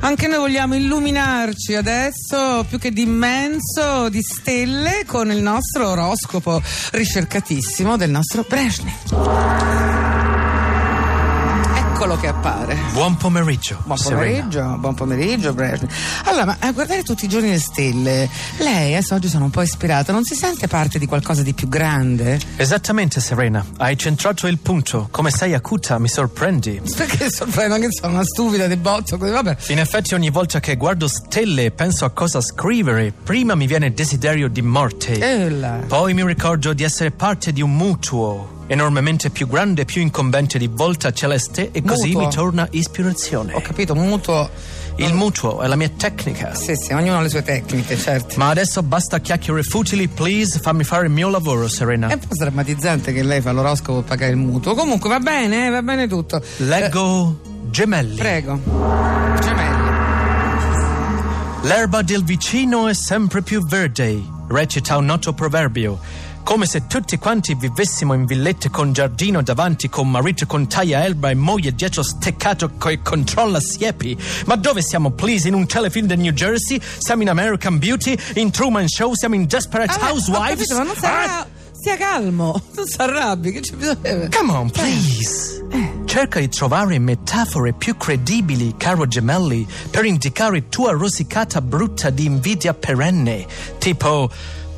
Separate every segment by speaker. Speaker 1: Anche noi vogliamo illuminarci adesso più che di immenso, di stelle, con il nostro oroscopo ricercatissimo del nostro Brezhnev. Eccolo che appare.
Speaker 2: Buon pomeriggio.
Speaker 1: Buon
Speaker 2: Serena.
Speaker 1: pomeriggio, buon pomeriggio Brezhnev. Allora, ma a guardare tutti i giorni le stelle, lei adesso oggi sono un po' ispirata, non si sente parte di qualcosa di più grande?
Speaker 2: Esattamente, Serena. Hai centrato il punto. Come sei acuta, mi sorprendi.
Speaker 1: Perché sorprendo che sono una stupida di botto, così vabbè.
Speaker 2: In effetti, ogni volta che guardo stelle e penso a cosa scrivere, prima mi viene il desiderio di morte.
Speaker 1: Eh là.
Speaker 2: Poi mi ricordo di essere parte di un mutuo, enormemente più grande e più incombente di volta celeste, e così
Speaker 1: Mutuo?
Speaker 2: mi torna ispirazione.
Speaker 1: Ho capito, mutuo.
Speaker 2: Il mutuo è la mia tecnica.
Speaker 1: Sì, sì, ognuno ha le sue tecniche, certo.
Speaker 2: Ma adesso basta chiacchiere futili, please, fammi fare il mio lavoro, Serena.
Speaker 1: È un po' drammatizzante che lei fa l'oroscopo per pagare il mutuo. Comunque va bene, eh, va bene tutto.
Speaker 2: Leggo gemelli.
Speaker 1: Eh, prego. Cioè, Gemelli.
Speaker 2: L'erba del vicino è sempre più verde, recita un noto proverbio. Come se tutti quanti vivessimo in villette con giardino davanti, con marito con taglia elba e moglie dietro steccato coi controlla siepi. Ma dove siamo, please? In un telefilm del New Jersey? Siamo in American Beauty? In Truman Show? Siamo in Desperate
Speaker 1: Ah, ho
Speaker 2: Housewives?
Speaker 1: capito, ma non sarà.
Speaker 2: Ah,
Speaker 1: Stia calmo, non si arrabbi, che ci bisogna.
Speaker 2: come on, please! Cerca di trovare metafore più credibili, caro gemelli, per indicare tua rosicata brutta di invidia perenne, tipo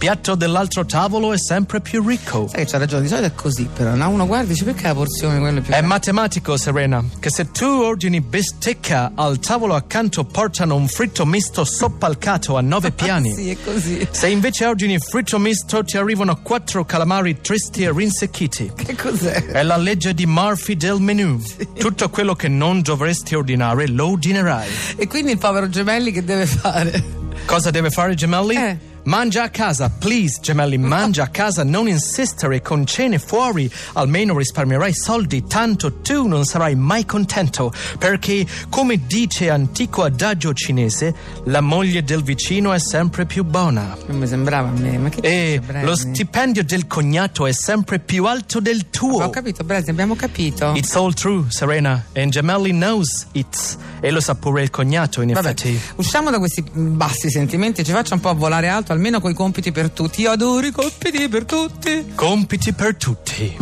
Speaker 2: piatto dell'altro tavolo è sempre più ricco.
Speaker 1: Sai che c'ha ragione, di solito è così, però no? uno guarda e dice perché la porzione quella è più.
Speaker 2: È matematico, Serena, che se tu ordini bistecca al tavolo accanto portano un fritto misto soppalcato a nove piani.
Speaker 1: Sì, è così.
Speaker 2: Se invece ordini fritto misto ti arrivano quattro calamari tristi e rinsecchiti.
Speaker 1: Che cos'è?
Speaker 2: È la legge di Murphy del menù. Tutto quello che non dovresti ordinare lo ordinerai.
Speaker 1: E quindi il povero Gemelli che deve fare?
Speaker 2: Cosa deve fare Gemelli?
Speaker 1: Eh.
Speaker 2: Mangia a casa, please Gemelli, mangia a casa, non insistere con cene fuori, almeno risparmierai soldi, tanto tu non sarai mai contento, perché come dice antico adagio cinese, la moglie del vicino è sempre più buona.
Speaker 1: Non mi sembrava a me, ma che
Speaker 2: E
Speaker 1: c'è, Brezhnev?
Speaker 2: Eh, lo stipendio del cognato è sempre più alto del tuo.
Speaker 1: Ho capito, Brezhnev, abbiamo capito.
Speaker 2: It's all true, Serena, and Gemelli knows it. E lo sa pure il cognato, in
Speaker 1: Vabbè,
Speaker 2: effetti.
Speaker 1: usciamo da questi bassi sentimenti, ci faccia un po' volare alto, almeno coi compiti per tutti. Io adoro i compiti per tutti.
Speaker 2: Compiti per tutti.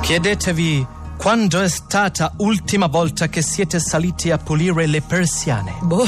Speaker 2: Chiedetevi quando è stata l'ultima volta che siete saliti a pulire le persiane.
Speaker 1: Boh.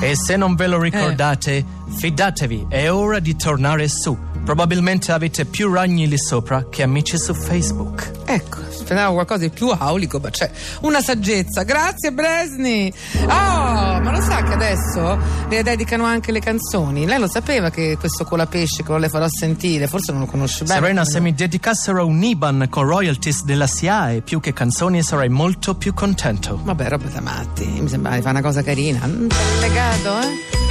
Speaker 2: E se non ve lo ricordate, fidatevi, è ora di tornare su. Probabilmente avete più ragni lì sopra che amici su Facebook.
Speaker 1: Ecco, speravo qualcosa di più aulico, ma c'è una saggezza. Grazie Bresni. Oh, ma lo sa che adesso le dedicano anche le canzoni. Lei lo sapeva che questo colapesce che lo le farò sentire, forse non lo conosce bene.
Speaker 2: Serena, se mi dedicassero un IBAN con royalties della SIAE più che canzoni sarei molto più contento.
Speaker 1: Vabbè, roba da matti, mi sembrava di fare una cosa carina. Un bel legato, eh?